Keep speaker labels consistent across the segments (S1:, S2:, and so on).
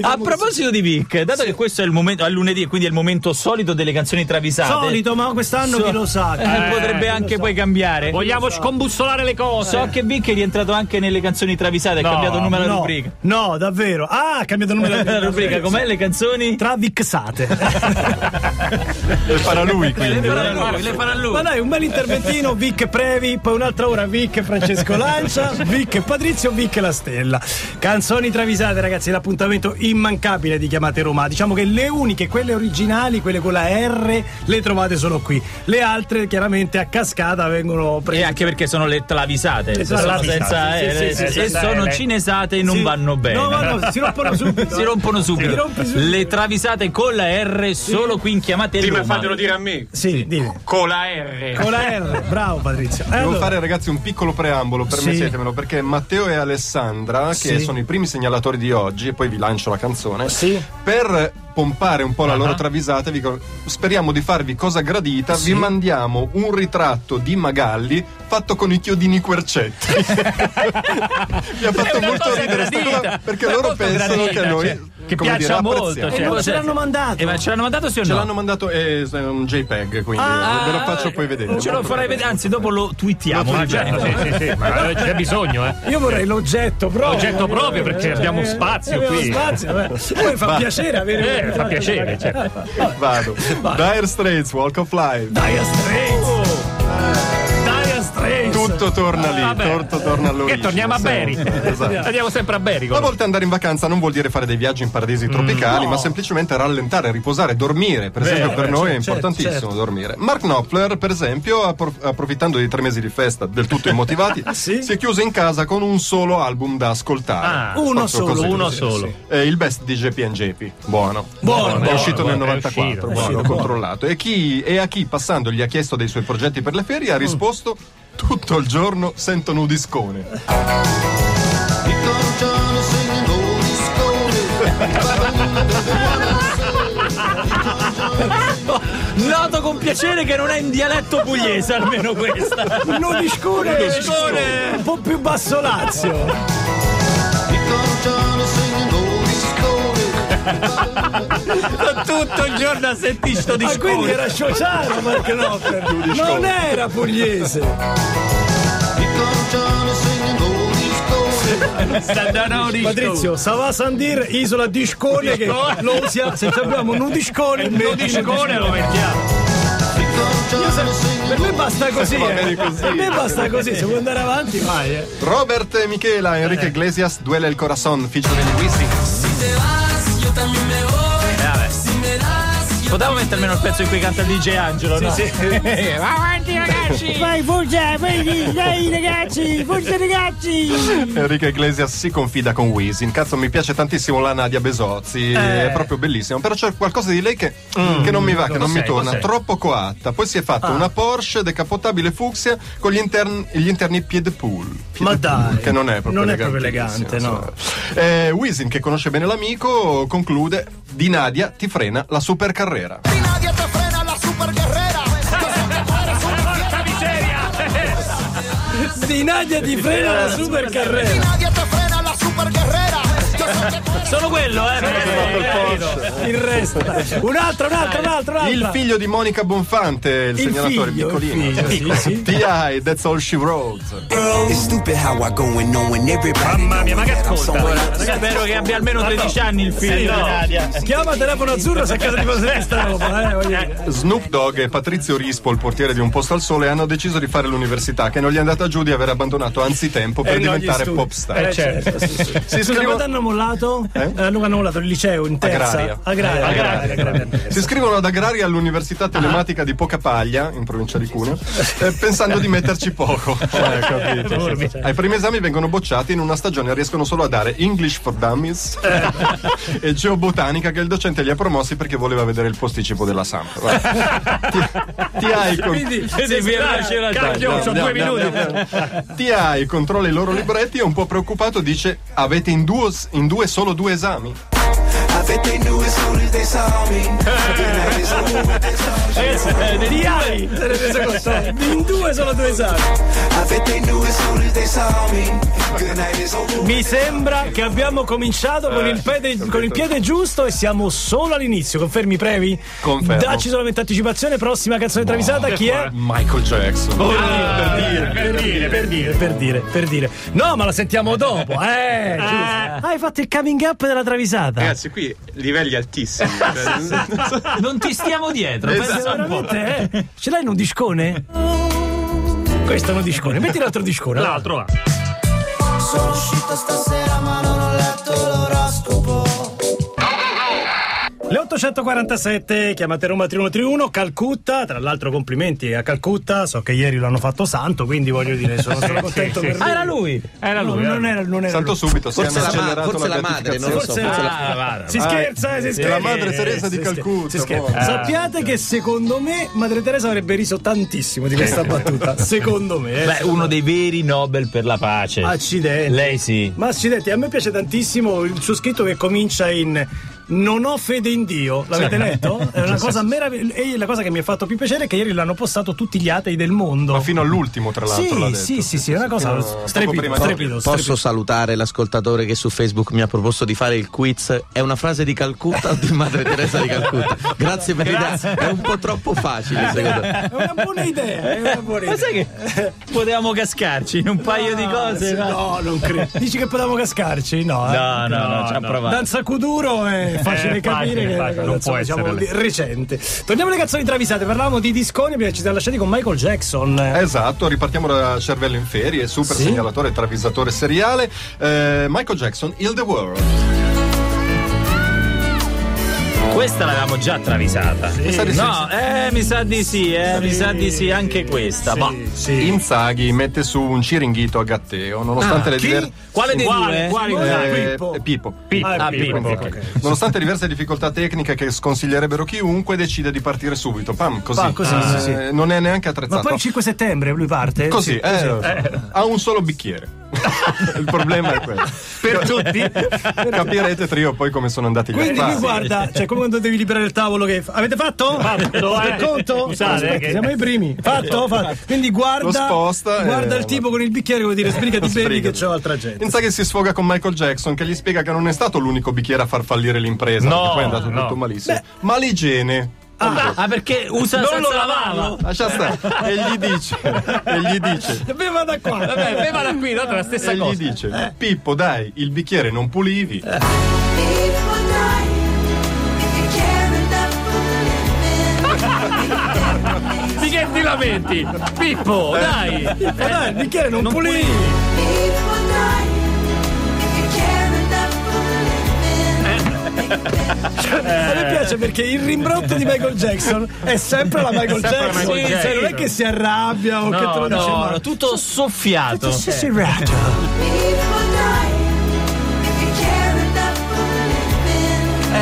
S1: A
S2: Diciamo
S1: proposito di Vic, dato che questo è il momento, a lunedì, quindi è il momento solito delle canzoni travisate.
S2: Solito, ma quest'anno
S1: So-
S2: chi lo sa?
S1: eh,
S2: Eh, chi
S1: potrebbe
S2: lo
S1: anche
S2: sa?
S1: poi cambiare.
S3: Vogliamo scombussolare le cose.
S1: So che Vic è rientrato anche nelle canzoni travisate, ha
S3: No,
S1: cambiato nome alla
S2: No,
S1: rubrica.
S2: no, davvero. Ah, ha cambiato nome la
S1: La rubrica, com'è le canzoni?
S2: Travixate.
S4: Le farà
S3: Eh,
S4: lui
S1: le
S4: quindi.
S1: farà lui, le farà lui.
S2: Ma dai, un bel interventino, Vic e Previ, poi un'altra ora Vic e Francesco Lancia, Vic e Patrizio, Vic e la Stella. Canzoni travisate, ragazzi, l'appuntamento immancabile di Chiamate Roma. Diciamo che le uniche, quelle originali, quelle con la R, le trovate solo qui. Le altre, chiaramente, a cascata vengono
S1: E
S2: prese.
S1: anche perché sono le travisate, se sono
S2: travisate,
S1: senza
S2: sì,
S1: eh,
S2: sì, sì,
S1: eh,
S2: sì,
S1: e
S2: sì,
S1: sono
S3: eh,
S1: cinesate e non
S2: Sì.
S1: vanno bene.
S2: No, no, no, si rompono subito.
S1: Si rompono
S2: Si
S1: subito.
S2: rompe subito.
S1: Le travisate con la R solo qui in chiamate
S3: Prima
S1: Roma.
S3: fatelo dire a me.
S2: Sì, dimmi.
S3: Con la R.
S2: Con la R, bravo Patrizio. Eh,
S4: Devo
S2: allora.
S4: fare ragazzi un piccolo preambolo, permettetemelo, perché Matteo e Alessandra, che
S2: Sì.
S4: sono i primi segnalatori di oggi, e poi vi lancio la canzone,
S2: Sì.
S4: per pompare un po' la loro travisata, vi co- speriamo di farvi cosa gradita, vi mandiamo un ritratto di Magalli fatto con i chiodini quercetti. mi ha fatto molto
S1: cosa
S4: ridere sta
S1: gradita,
S4: cosa, perché
S1: una
S4: loro
S1: cosa
S4: pensano
S1: gradita,
S4: che noi...
S1: cioè, che
S4: come
S1: piaccia
S4: dire,
S1: molto,
S4: apprezziamo.
S1: cioè.
S2: E non ce l'hanno mandato.
S1: Eh, ma ce l'hanno mandato sì o
S4: Ce
S1: no? Ah,
S4: l'hanno mandato eh, è un JPEG, quindi eh, ve lo faccio poi vedere.
S1: Ce lo farai vedere, anzi, dopo lo twittiamo.
S3: Ma certo, sì, sì, sì, ma c'è bisogno, eh.
S2: Io vorrei l'oggetto proprio.
S3: L'oggetto proprio, perché abbiamo
S2: Eh,
S3: spazio
S2: abbiamo
S3: qui.
S2: spazio, eh. Poi fa piacere avere
S3: Eh, fa piacere, certo.
S4: Vado. Dire Straits, Walk of Life.
S3: eh,
S2: Dire Straits.
S3: Oh.
S2: Dire Straits.
S4: Tutto torna lì,
S3: Eh, Ah, Vabbè.
S4: tutto torna all'origine.
S3: Che torniamo a Beri.
S4: sempre. Esatto.
S3: Andiamo sempre a Beri.
S4: A
S3: con-
S4: volte andare in vacanza non vuol dire fare dei viaggi in paradisi tropicali, ma semplicemente rallentare, riposare, dormire. Per esempio, per noi è importantissimo
S2: certo.
S4: dormire. Mark Knopfler, per esempio, appro- approfittando dei tre mesi di festa del tutto immotivati,
S2: Sì.
S4: si è chiuso in casa con un solo album da ascoltare.
S3: Ah,
S2: Uno
S4: Proprio
S2: solo,
S4: così.
S3: uno
S4: Sì,
S3: solo.
S4: sì. Eh, il best di JP&JP. Buono. Buono. È
S3: buono,
S4: uscito
S3: buono,
S4: nel
S3: è uscito,
S4: 94.
S3: è
S4: buono,
S2: uscito,
S4: ho
S2: buono.
S4: controllato. E, chi- e a chi, passando, gli ha chiesto dei suoi progetti per le ferie, ha
S3: Mm.
S4: risposto tutto il giorno sento nudiscone.
S1: Noto con piacere che non è in dialetto pugliese, almeno questa.
S2: Un nudiscone
S1: Nudiscone.
S2: un po' più basso Lazio.
S1: Tutto il giorno a sentire sto
S2: Ma Ah, quindi era sociale Mark Knopfler. Non era pugliese. Patrizio, Sava Sandir, isola discone che lo usiamo. Se abbiamo un nudiscone, il
S3: Nudiscone lo mettiamo.
S2: Per me basta così, eh.
S4: bene così.
S2: Per me basta così, se vuoi andare avanti vai, eh.
S4: Robert e Michela, Enrique
S3: Eh.
S4: Iglesias, Duele el Corazon, featuring Wisin.
S1: Potevamo mettere almeno il pezzo in cui canta il DJ Angelo, no?
S5: Vai, forza, vai, dai ragazzi, forza ragazzi!
S4: Enrico Iglesias si confida con Wisin. Cazzo, mi piace tantissimo la Nadia Besozzi,
S2: Eh.
S4: è proprio bellissima. Però c'è qualcosa di lei che, che non mi
S2: Mm.
S4: va, che non mi
S3: Cos'è?
S4: torna.
S3: Cos'è?
S4: Troppo coatta. Poi si è
S2: Ah.
S4: fatta una Porsche decapotabile fucsia con gli, intern- gli interni piedpool.
S2: Ma dai,
S4: Che non è proprio
S2: non è
S4: elegante.
S2: proprio elegante, no.
S4: Eh, Wisin, che conosce bene l'amico, conclude: Di Nadia ti frena la supercarrera.
S6: Nadie te frena la super guerrera.
S3: Porca miseria!
S2: Di Nadia ti frena la super carrera.
S6: Nadie te frena la super guerrera. Yo sé que tú eres
S1: Solo quello, eh? perché-
S2: Il resto. Un'altra, un'altra, un'altra, un'altra.
S4: Il figlio di Monica Bonfante, il,
S2: Il
S4: segnalatore
S2: figlio, il
S4: piccolino.
S2: figlio, sì, sì.
S4: T.I., That's All She Wrote.
S7: It's stupid how I go and know when everybody
S3: Mamma mia, ma che ascolta?
S1: Spero che abbia almeno 13 anni il figlio di
S3: no.
S1: Nadia.
S2: Chiama telefono azzurro se a casa di Posesta roba, eh, voglio dire.
S4: Snoop Dogg e Patrizio Rispo, il portiere di Un Posto al Sole, hanno deciso di fare l'università, che non gli è andata giù di aver abbandonato anzitempo per
S2: Eh, no, gli
S4: diventare
S2: studi.
S4: pop star.
S2: Eh,
S3: certo.
S2: certo, sì, sì.
S4: Si
S2: Scusa,
S4: iscrivono-
S2: quando hanno mollato? Eh? Allora hanno mollato il liceo in terza.
S4: Agraria.
S2: Agraria.
S3: Agraria,
S4: Si iscrivono ad Agraria
S2: Ah.
S4: all'università telematica di Pocapaglia, in provincia di Cuneo, eh, pensando di metterci poco. Eh, capito. Ai primi esami vengono bocciati, in una stagione riescono solo a dare English for Dummies
S2: Eh.
S4: e Geobotanica, che il docente li ha promossi perché voleva vedere il posticipo della Samp. Vabbè. Ti, ti hai con-
S1: Vedi, vi lascio la
S3: Cacchio, ho
S4: Dai, andiamo,
S3: due minuti.
S4: andiamo, andiamo. TI controlla i loro libretti e un po' preoccupato dice avete in due, in due solo due esami.
S7: I I bet they knew as soon as they saw me. The night is over, they saw you.
S2: Di Ari, se ne rese conto. in due sono due esami.
S7: I bet they knew as soon as they saw me. Good night is over.
S2: Mi sembra che abbiamo cominciato con, il piede, con il piede giusto e siamo solo all'inizio. Confermi, Previ?
S4: Confermo.
S2: Dacci solamente anticipazione. Prossima canzone travisata, chi è?
S4: Michael Jackson.
S2: Ah.
S4: per dire.
S3: Boh, Per dire, per dire.
S2: Per dire, per dire. No, ma la sentiamo dopo. Eh, giusto. Ah, Hai fatto il coming up della
S4: Eh,
S2: travisata.
S8: Ragazzi, qui livelli altissimi.
S1: Non ti stiamo dietro. pensa
S4: Esatto.
S1: un po'.
S2: Veramente, eh? Ce l'hai in un discone? Questo è un discone. Metti l'altro discone. va.
S3: L'altro va.
S9: Sono uscito stasera ma non ho letto l'oroscopo.
S2: Le 847, chiamate Roma 3131, Calcutta, tra l'altro complimenti a Calcutta, so che ieri l'hanno fatto santo, quindi voglio dire, sono, sono contento
S3: sì,
S2: per
S3: sì.
S2: lui.
S1: Ah, era lui.
S3: Era lui.
S2: No,
S3: era
S2: non
S3: lui.
S2: era, non era
S4: Santo
S2: lui.
S4: subito, si
S8: Forse
S4: hanno
S8: la, ma-
S4: accelerato
S8: forse la madre, non lo so.
S2: Forse
S8: forse la-
S2: ah, guarda, si scherza, eh, si scherza.
S4: la madre Teresa di
S2: Si scherza,
S4: Calcutta,
S2: si scherza. Eh,
S4: buona.
S2: Sappiate che secondo me Madre Teresa avrebbe riso tantissimo di questa battuta. Secondo me. eh.
S1: Beh, uno dei veri Nobel per la pace.
S2: Accidenti.
S1: Lei sì.
S2: Ma accidenti, a me piace tantissimo il suo scritto che comincia in Non ho fede in Dio. L'avete letto? È una cosa meravigliosa. E la cosa che mi ha fatto più piacere è che ieri l'hanno postato tutti gli atei del mondo.
S4: Ma fino all'ultimo, tra l'altro. l'ha
S2: sì, sì,
S4: detto.
S2: sì, sì, è una cosa
S4: Fino- poco
S2: strepito,
S4: prima-
S2: strepido,
S10: Posso salutare l'ascoltatore che su Facebook mi ha proposto di fare il quiz? È una frase di Calcutta o di Madre Teresa di Calcutta? Grazie per l'idea, è un po' troppo facile secondo me.
S2: È una buona idea, è una buona idea.
S1: Ma sai che potevamo cascarci in un paio di cose?
S2: No,
S1: ma-
S2: no, non credo. Dici che potevamo cascarci? No, eh.
S1: No, Ah, no, no, ci ha provato.
S2: Danza Kuduro è facile
S3: Eh, facile,
S2: capire che è una
S3: facile,
S2: cosa,
S3: non
S2: insomma,
S3: può
S2: diciamo,
S3: essere
S2: di- recente. Torniamo alle canzoni travisate, parlavamo di disconi perché ci siamo lasciati con Michael Jackson. Eh,
S4: Esatto, ripartiamo da Cervello in Ferie, super
S2: Sì.
S4: segnalatore e travisatore seriale. Eh, Michael Jackson, Heal the World.
S1: Questa l'avevamo già travisata.
S4: sa di sì.
S1: No, eh, mi sa di sì, eh, mi sa di sì anche questa. Boh. Ma
S2: sì.
S4: Inzaghi mette su un ciringhito a Gatteo, nonostante le diverse.
S1: quale dei
S3: Quale,
S1: due?
S3: quale?
S2: Eh,
S4: Pippo.
S2: Pippo.
S3: Pippo.
S2: Ah,
S1: Ah,
S2: Pippo,
S1: Pippo,
S2: ok.
S1: ok.
S4: Nonostante diverse difficoltà tecniche che sconsiglierebbero chiunque, decide di partire subito. Pam, così. Eh,
S2: Pam, così, sì, sì.
S4: Non è neanche
S2: Ma
S4: attrezzato.
S2: poi il 5 settembre lui parte?
S4: Così,
S2: Sì,
S4: eh, ha un solo bicchiere. Il problema è quello. Per tutti capirete trio poi come sono andati gli
S2: Quindi lui
S4: affari.
S2: guarda, cioè come quando devi liberare il tavolo che fa- avete fatto? Fatto,
S3: eh.
S2: conto?
S3: Scusate,
S2: Aspetta,
S3: che-
S2: siamo i primi. Fatto, fatto. Quindi guarda
S4: Lo sposta,
S2: guarda
S4: eh,
S2: il tipo con il bicchiere come dire sbrigati bevi che
S4: Sbrigati.
S2: c'è altra gente.
S4: Inzaghi si sfoga con Michael Jackson che gli spiega che non è stato l'unico bicchiere a far fallire l'impresa,
S3: No,
S4: perché poi è andato
S3: no.
S4: tutto malissimo, ma l'igiene.
S1: Ah, ah, perché usa
S3: Non
S1: senza
S3: lo lavava.
S1: lavarlo?
S4: Lascia stare. E gli dice, e gli dice,
S2: Beva da qua.
S3: Vabbè, beva da qui, tanto è la stessa
S4: e gli
S3: cosa.
S2: Eh.
S4: dice, Pippo dai, il bicchiere non pulivi.
S9: People die if you care enough for living.
S3: Di che ti lamenti? Pippo, dai!
S2: Ma dai, il bicchiere non, pulì.
S9: People die if you care enough for living.
S2: A me piace perché il rimbrotto di Michael Jackson è sempre la Michael
S3: Sempre la
S2: Jackson.
S3: Michael
S2: Sì, cioè, non è
S3: Jackson.
S2: che si arrabbia o che te lo
S1: No,
S2: dice
S1: no,
S2: male.
S1: no, tutto soffiato.
S2: Sì, sì, raga.
S9: People die if you care enough for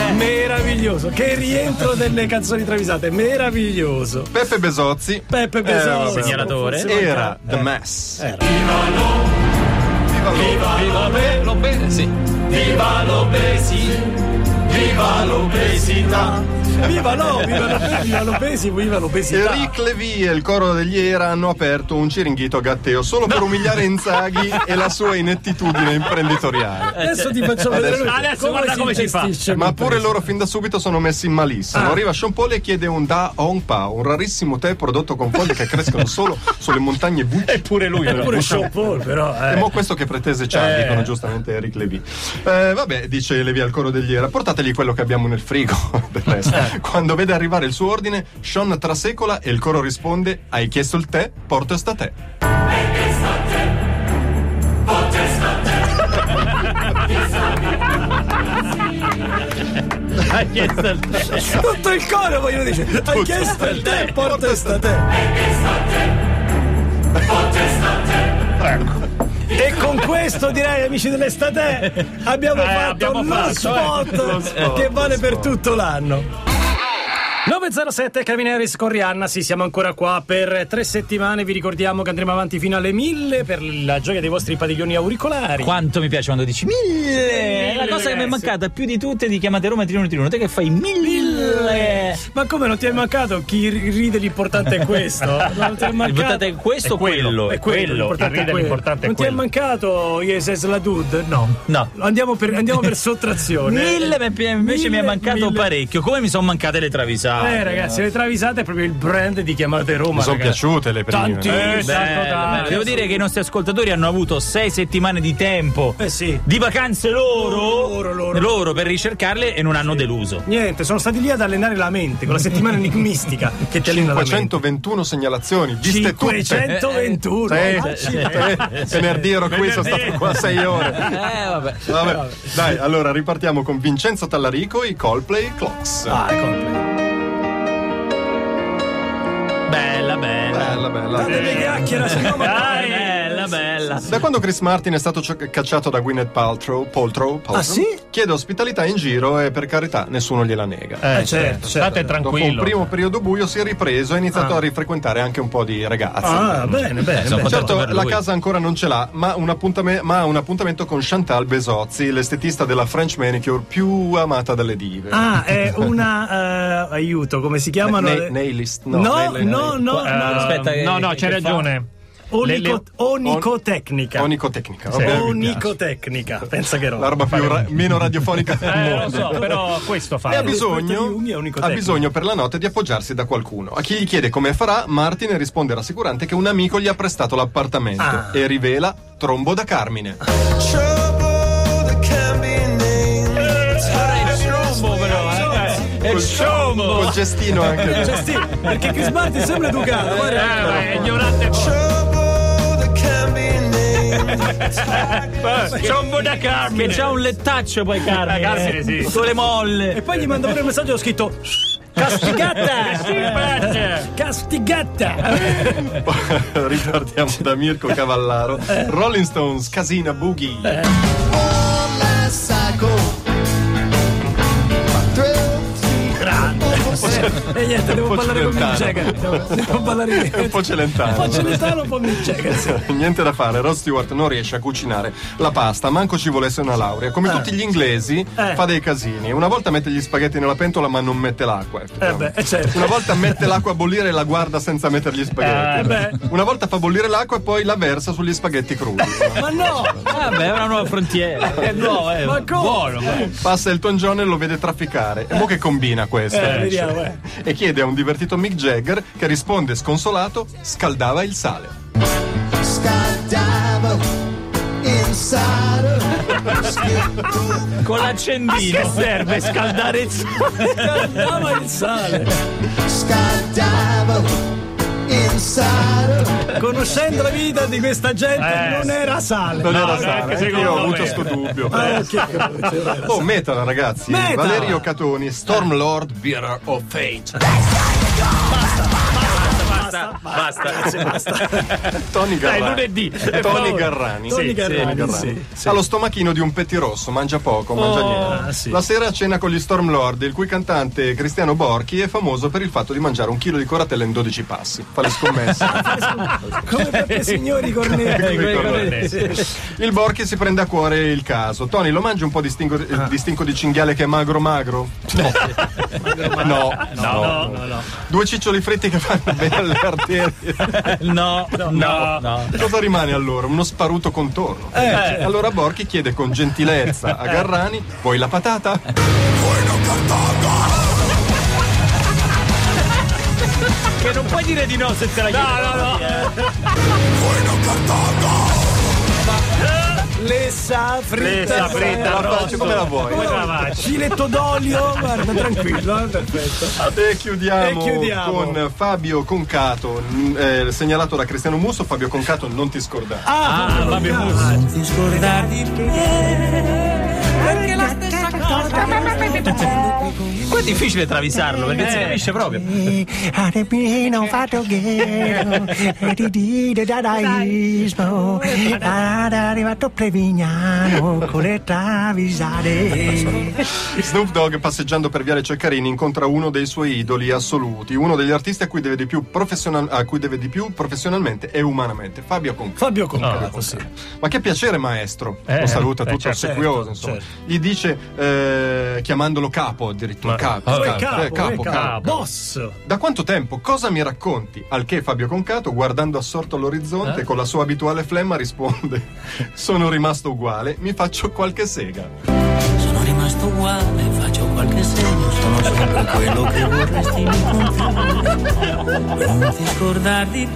S9: living.
S2: Meraviglioso, che rientro delle canzoni travisate, meraviglioso.
S4: Peppe Besozzi
S2: Peppe
S3: Eh,
S2: Besozzi,
S4: vabbè.
S1: Segnalatore.
S2: forse
S4: era
S2: manca- eh.
S4: The Mess.
S3: Viva l'obe- l'obesi! Viva l'obesi! Viva l'obesità!
S2: Viva no, viva lo- viva l'obesi, viva
S3: Eh,
S2: l'obesità.
S4: Enrique Levy e il coro degli Era hanno aperto un ciringhito a Gatteo solo per umiliare Inzaghi e la sua inettitudine imprenditoriale.
S2: Adesso ti faccio vedere lui
S3: Adesso guarda come si fa.
S2: gestisce
S4: Ma
S2: questa
S4: pure loro fin da subito sono messi
S2: Ah.
S4: malissimo. Arriva Sean Paul e chiede un Da Hong Pao, un rarissimo tè prodotto con foglie che crescono solo sulle montagne Wu.
S3: Eppure lui,
S2: cosa.
S3: però.
S2: Pure Sean Paul, però. eh.
S4: E mo' questo che pretese c'ha, dicono giustamente Eric Levy. Eh, vabbè, dice Levy al coro degli Era, portategli quello che abbiamo nel frigo. del resto. Quando vede arrivare il suo ordine, Sean trasecola e il coro risponde: Hai chiesto il tè? Porto sta tè.
S1: Hai chiesto il tè.
S2: Tutto il coro voglio dire. Hai chiesto il tè, porta sta te. E con questo direi amici dell'estate Eh, abbiamo fatto
S3: abbiamo
S2: lo
S3: fatto, eh,
S2: spot,
S3: lo spot,
S2: che vale per tutto l'anno. 907 Carabineris con Rihanna, sì siamo ancora qua per tre settimane, vi ricordiamo che andremo avanti fino alle 1000 per la gioia dei vostri padiglioni auricolari.
S1: Quanto mi piace quando dici mille! È la cosa che mi è
S2: diversi.
S1: mancata più di tutte di chiamate Roma Triuno Triuno. Te che fai mille!
S2: Eh, Ma come non ti è mancato? Chi ri- ride l'importante è questo. Non ti è mancato.
S1: Votate Ah, questo o quello?
S2: È quello, l'importante
S3: chi ride l'importante è
S2: non
S3: quello.
S2: ti è mancato Yes Is la Dude? No.
S1: No.
S2: Andiamo per, andiamo per sottrazione.
S1: Mille, ma pi- invece mi
S2: Mille,
S1: è mancato
S2: mille.
S1: parecchio. Come mi sono mancate le travisate?
S2: Eh ragazzi, le travisate è proprio il brand di chiamate Roma.
S4: Mi sono
S2: ragazzi.
S4: piaciute le prime.
S2: Tanti.
S4: eh.
S2: Eh,
S1: Bello,
S2: santo
S1: bello.
S2: tanto.
S1: Devo dire che i nostri ascoltatori hanno avuto sei settimane di tempo
S2: Eh sì.
S1: di vacanze loro,
S2: Loro, loro.
S1: loro per ricercarle e non hanno deluso.
S2: Niente, sono stati lì ad allenare la mente con la settimana enigmistica che ti allena la mente.
S4: 521 segnalazioni, viste tutte.
S2: 521.
S4: Eh, sì, eh, venerdì ero qui, sono stato qua sei ore.
S1: Eh, vabbè.
S4: Vabbè, dai, allora ripartiamo con Vincenzo Tallarico, i Coldplay Clocks.
S2: Ah, ecco.
S1: Bella, bella.
S4: Bella, bella.
S2: Delle chiacchiere, signora, ma-
S1: Dai, bella, bella.
S4: Da quando Chris Martin è stato cio- cacciato da Gwyneth Paltrow, Paltrow, Paltrow,
S2: sì?
S4: chiede ospitalità in giro e per carità nessuno gliela nega.
S3: Eh,
S2: certo, certo.
S3: State
S4: Dopo un
S3: tranquillo.
S4: primo periodo buio si è ripreso e ha iniziato a rifrequentare anche un po' di ragazze.
S2: Ah, bene, bene.
S1: Sono contento
S2: bene.
S4: Certo,
S1: per
S4: la
S1: lui.
S4: casa ancora non ce l'ha, ma un, appuntame- ma ha un appuntamento con Chantal Besozzi, l'estetista della French Manicure più amata dalle dive.
S2: Ah, è una eh, aiuto, come si chiamano?
S4: Na-
S2: le-
S4: nailist, no,
S2: No, no,
S4: nail-
S2: no, no.
S3: Eh,
S1: aspetta che-
S3: no, no,
S1: che-
S3: c'hai
S1: che fa?
S3: ragione. le- le-
S2: Onico- onicotecnica.
S4: Onicotecnica.
S3: Sì.
S4: vabbè.
S2: Onicotecnica. Pensa che
S4: La
S2: roba.
S4: roba più ra- meno radiofonica del
S3: Eh, lo
S4: mondo.
S3: so, però questo fa.
S4: E ha
S2: Aspetta, di
S4: bisogno,
S2: un mio unico
S4: ha
S2: tecnico.
S4: bisogno per la notte di appoggiarsi da qualcuno. A chi gli chiede come farà, Martin risponde rassicurante che un amico gli ha prestato l'appartamento
S2: Ah.
S4: e rivela trombo da Carmine.
S7: Trouble that can be named.
S4: eh.
S1: È il
S4: Col cestino anche.
S2: Cioè, sì, perché Chris Martin sembra educato.
S3: Eh,
S2: guarda.
S3: ma è ignorante.
S7: Trouble that can be named.
S3: Ciombo da Carmine.
S1: Che c'ha un lettaccio poi Carmine.
S3: Carmine, sì.
S1: Con le molle.
S2: E poi gli manda pure un messaggio ho scritto Castigata!
S3: Sì,
S2: Castigata!
S4: Ripartiamo da Mirko Cavallaro. Rolling Stones, Casina Boogie.
S2: E niente, devo
S4: Un po'
S2: ballare con Mick
S4: cilentano.
S2: Jagger. Devo, devo ballare
S4: È un po' celentano.
S2: Faccio l'etano un po' Mick Jagger. sì.
S4: Niente da fare, Rod Stewart non riesce a cucinare la pasta, manco ci volesse una laurea. Come tutti gli inglesi, fa dei casini. Una volta mette gli spaghetti nella pentola, ma non mette l'acqua.
S2: Eh
S4: effettivamente.
S2: beh, eh, certo.
S4: Una volta mette l'acqua a bollire e la guarda senza mettere gli
S2: Eh
S4: spaghetti.
S2: beh.
S4: Una volta fa bollire l'acqua e poi la versa sugli spaghetti crudi.
S2: Ma no!
S1: Vabbè, è una nuova frontiera. È nuovo, eh.
S2: Ma come?
S1: Buono, ma-
S4: Passa Elton John e lo vede trafficare. E mo che combina questo?
S2: Eh,
S4: dice.
S2: vediamo, eh.
S4: E chiede a un divertito Mick Jagger che risponde sconsolato, scaldava il sale.
S1: Con l'accendino.
S3: Che serve scaldare il sole?
S2: Ama il sale! Conoscendo la vita di questa gente
S3: Eh.
S2: non era sale.
S4: Non era
S3: neanche
S4: sale, eh,
S3: secondo
S4: io ho
S3: me.
S4: avuto sto dubbio.
S2: Ah, ok.
S4: Oh, metal ragazzi,
S2: Metal!
S4: Valerio Catoni, Stormlord, Bearer of Fate.
S1: Basta, basta.
S4: Tony
S3: Dai,
S4: Garrani.
S3: lunedì. Eh,
S4: Tony
S3: no.
S4: Garrani.
S2: Tony Garrani, sì, sì.
S4: Ha lo stomachino di un pettirosso, mangia poco, mangia niente.
S2: sì.
S4: La sera cena con gli Stormlord, il cui cantante Cristiano Borchi è famoso per il fatto di mangiare un chilo di coratella in 12 passi. Fa le scommesse.
S2: Come proprio signori Cornetti.
S4: Il Borchi si prende a cuore il caso. Tony lo mangi un po' di stinco, eh, di, stinco di cinghiale che è magro magro? No. no.
S3: No, no, no.
S4: Due ciccioli fritti che fanno bene alle arterie.
S1: No, no, no.
S4: Cosa rimane allora? Uno sparuto contorno. Allora Borchi chiede con gentilezza a Garrani: vuoi la patata?
S1: Che non puoi dire di no se te la chiedi.
S3: No, no, no.
S2: Le safri.
S3: Presa,
S4: La
S3: presa,
S4: faccio come la vuoi.
S3: Come te la faccio?
S2: Ciletto d'olio, guarda, tranquillo, eh, perfetto.
S4: E chiudiamo,
S2: E chiudiamo.
S4: con Fabio Concato, n- eh, segnalato da Cristiano Musso. Fabio Concato, non ti scordare.
S2: Ah,
S5: Perché la stessa cosa
S1: Qua è difficile travisarlo perché non si capisce proprio.
S5: Arepino fatto ghero, di di de dadaismo, ad arrivato Prevignano con le travisate.
S4: Snoop Dogg passeggiando per Viale Ceccarini incontra uno dei suoi idoli assoluti, uno degli artisti a cui deve di più, professional- a cui deve di più professionalmente e umanamente, Fabio Conca.
S2: Fabio Concato, sì.
S4: Ma che piacere maestro,
S3: Eh,
S4: lo saluta
S3: eh,
S4: tutto
S3: certo,
S4: ossequioso, insomma. Gli dice eh, chiamandolo capo addirittura,
S3: Ma-
S4: capo,
S3: Ah,
S2: Poi
S4: capo,
S2: capo,
S4: eh, capo,
S2: poi
S4: capo.
S2: capo. Boss.
S4: Da quanto tempo? Cosa mi racconti? Al che Fabio Concato, guardando assorto all'orizzonte, con la sua abituale flemma risponde: Sono rimasto uguale, mi faccio qualche sega.
S11: Sono rimasto uguale, faccio qualche segno, sono sempre quello che vorresti mi confondo. Non ti scordarti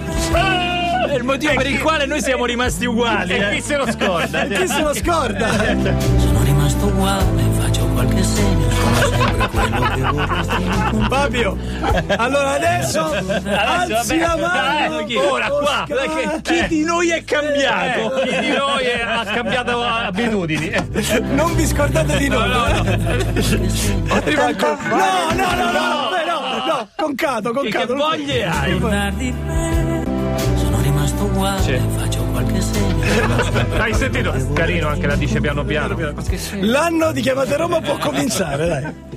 S1: È il motivo per il quale noi siamo rimasti uguali.
S3: E
S1: eh.
S3: chi se lo scorda?
S2: Chi se lo scorda?
S11: Sono rimasto uguale, faccio qualche segno, sono sempre quello che vorresti mi confondo.
S2: Fabio. Allora adesso
S3: Adesso,
S2: alzi
S3: vabbè,
S2: la mano.
S3: dai, ora qua,
S2: Oscar.
S1: Perché chi di noi è cambiato?
S3: Eh, chi di noi è- ha cambiato abitudini? Eh,
S2: Non vi scordate di noi.
S3: no, no.
S2: Ecco. No, no, no, no, beh, no, no, concato,
S1: Che, che
S2: concato.
S1: voglie hai?
S11: Scordarti sono rimasto uguale, faccio qualche segno.
S3: Hai sentito? Carino anche la dice piano piano.
S2: L'anno di chiamate Roma può cominciare, dai.